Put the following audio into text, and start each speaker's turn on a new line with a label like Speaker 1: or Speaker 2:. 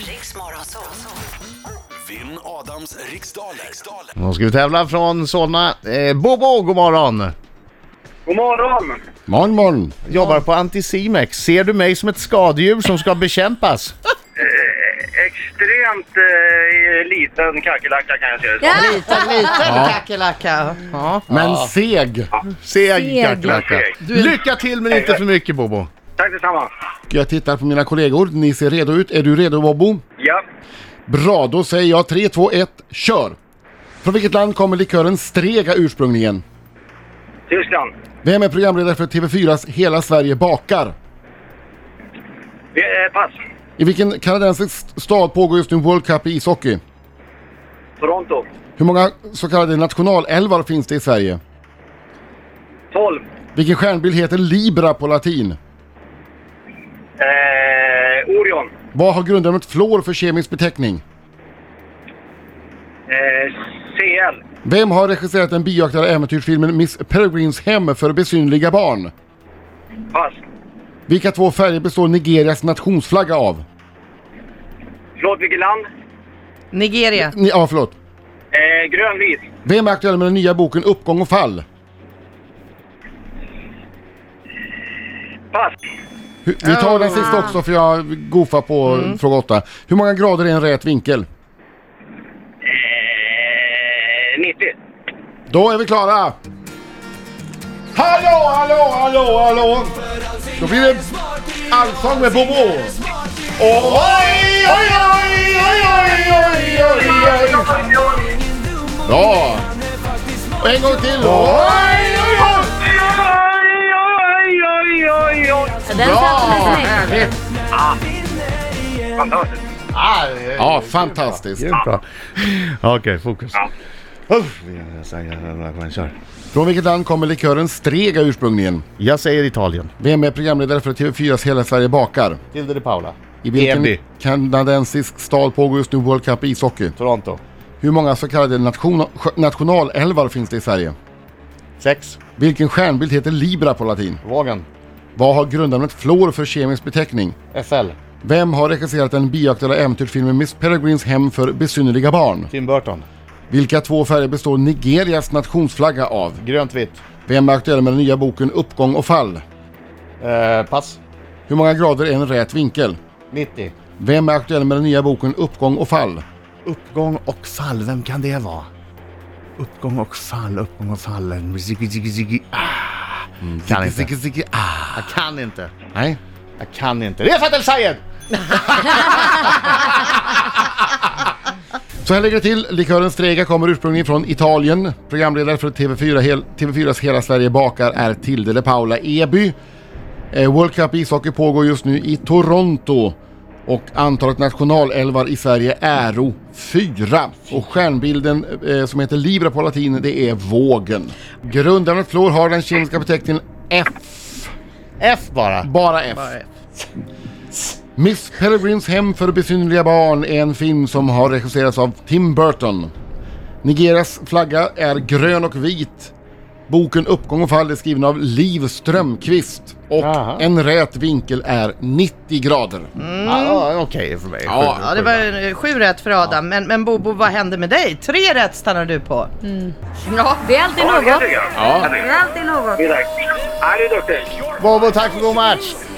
Speaker 1: Riks Morgonzoo.
Speaker 2: Vinn Adams riksdaler. riksdaler.
Speaker 3: Då ska vi tävla från Solna. Eh, Bobo, god morgon!
Speaker 4: God morgon!
Speaker 5: Morgon, morgon.
Speaker 3: Jobbar på Anticimex. Ser du mig som ett skadedjur som ska bekämpas?
Speaker 4: Eh, Extremt eh, liten kackerlacka kan jag säga.
Speaker 6: Ja.
Speaker 7: Liten, liten kackerlacka. Ja.
Speaker 5: Men seg.
Speaker 3: Seg
Speaker 6: Seg.
Speaker 3: kackerlacka.
Speaker 7: är-
Speaker 3: Lycka till men inte för mycket Bobo.
Speaker 4: Tack detsamma.
Speaker 5: Jag tittar på mina kollegor. Ni ser redo ut. Är du redo, Bobbo?
Speaker 4: Ja.
Speaker 5: Bra, då säger jag 3, 2, 1, kör! Från vilket land kommer likören Strega ursprungligen?
Speaker 4: Tyskland.
Speaker 5: Vem är programledare för TV4s Hela Sverige bakar?
Speaker 4: Eh, pass.
Speaker 5: I vilken kanadensisk stad pågår just nu World Cup i ishockey?
Speaker 4: Toronto.
Speaker 5: Hur många så kallade nationalälvar finns det i Sverige?
Speaker 4: 12.
Speaker 5: Vilken stjärnbild heter Libra på latin?
Speaker 4: Eh, Orion.
Speaker 5: Vad har grundämnet fluor för kemisk beteckning?
Speaker 4: Eh, CL.
Speaker 5: Vem har regisserat den biaktade äventyrsfilmen Miss Peregrines hem för besynliga barn?
Speaker 4: Pass.
Speaker 5: Vilka två färger består Nigerias nationsflagga av?
Speaker 4: Förlåt, vilket land?
Speaker 7: Nigeria.
Speaker 5: Ni, ja, förlåt.
Speaker 4: Eh, Grönvit.
Speaker 5: Vem är aktuell med den nya boken Uppgång och fall?
Speaker 4: Pass.
Speaker 5: Hur- Vi tar den sista också för jag goofar på fråga 8. Hur många grader är en rät vinkel?
Speaker 4: Eh, 90.
Speaker 5: Då är vi klara! Hallå, hallå, hallå, hallå! Då blir det allsång med Bobo! Oj, oj, oj, oj, oj, oj, oj, oj! Bra! Och en gång till! Oj, oj, oj!
Speaker 4: Oj, oj, oj, oj, oj.
Speaker 6: Den satt
Speaker 5: Bra!
Speaker 6: med sig.
Speaker 5: Härligt!
Speaker 4: Fantastiskt.
Speaker 5: Ja, fantastiskt!
Speaker 3: Det är bra. Okej, fokus.
Speaker 4: Ja.
Speaker 3: Uff, jag säger- kör.
Speaker 5: Från vilket land kommer likören Strega ursprungligen?
Speaker 3: Jag säger Italien.
Speaker 5: Vem är programledare för TV4s Hela Sverige bakar?
Speaker 3: Tilde de Paula.
Speaker 5: I vilken
Speaker 3: Ebi.
Speaker 5: kanadensisk stad pågår just nu World Cup i ishockey?
Speaker 3: Toronto.
Speaker 5: Hur många så kallade nation- sj- nationalälvar finns det i Sverige?
Speaker 3: Sex.
Speaker 5: Vilken stjärnbild heter Libra på latin?
Speaker 3: Vågen.
Speaker 5: Vad har grundämnet fluor för kemisk beteckning?
Speaker 3: SL.
Speaker 5: Vem har regisserat den biaktuella äventyrsfilmen Miss Peregrines hem för besynnerliga barn?
Speaker 3: Tim Burton.
Speaker 5: Vilka två färger består Nigerias nationsflagga av?
Speaker 3: Grönt vitt.
Speaker 5: Vem är aktuell med den nya boken Uppgång och fall?
Speaker 3: Eh, pass.
Speaker 5: Hur många grader är en rät vinkel?
Speaker 3: 90.
Speaker 5: Vem är aktuell med den nya boken Uppgång och fall?
Speaker 3: Uppgång och fall, vem kan det vara? Uppgång och fall, uppgång och fall. Ziggy, ziggy, ziggy. Ah. Kan inte.
Speaker 5: Zicke, zicke, ah.
Speaker 3: Jag kan inte.
Speaker 5: Nej.
Speaker 3: Jag kan inte. Refat El Sayed!
Speaker 5: Så här ligger det till. Likören Strega kommer ursprungligen från Italien. Programledare för TV4 hel, TV4s Hela Sverige bakar är Tilde de Paula Eby. Eh, World Cup i ishockey pågår just nu i Toronto. Och antalet nationalälvar i Sverige är fyra. Och stjärnbilden eh, som heter Libra på latin, det är vågen. Grundämnet fluor har den kemiska beteckningen F.
Speaker 3: F bara.
Speaker 5: Bara F. Miss Peregrines hem för besynnerliga barn är en film som har regisserats av Tim Burton. Nigerias flagga är grön och vit. Boken Uppgång och fall är skriven av Liv Strömqvist och
Speaker 3: Aha.
Speaker 5: en rät vinkel är 90 grader.
Speaker 3: Ah, Okej för mig.
Speaker 5: Ja,
Speaker 7: Ja, det var eh, sju rätt för Adam. Men, men Bobo, vad hände med dig? Tre rätt stannar du på. Ja,
Speaker 6: Det är alltid
Speaker 4: Ja, det
Speaker 6: något.
Speaker 4: tycker jag. Ja.
Speaker 6: Det är alltid något.
Speaker 4: Tack. Ja, du är duktig.
Speaker 3: Bobo, tack för god match!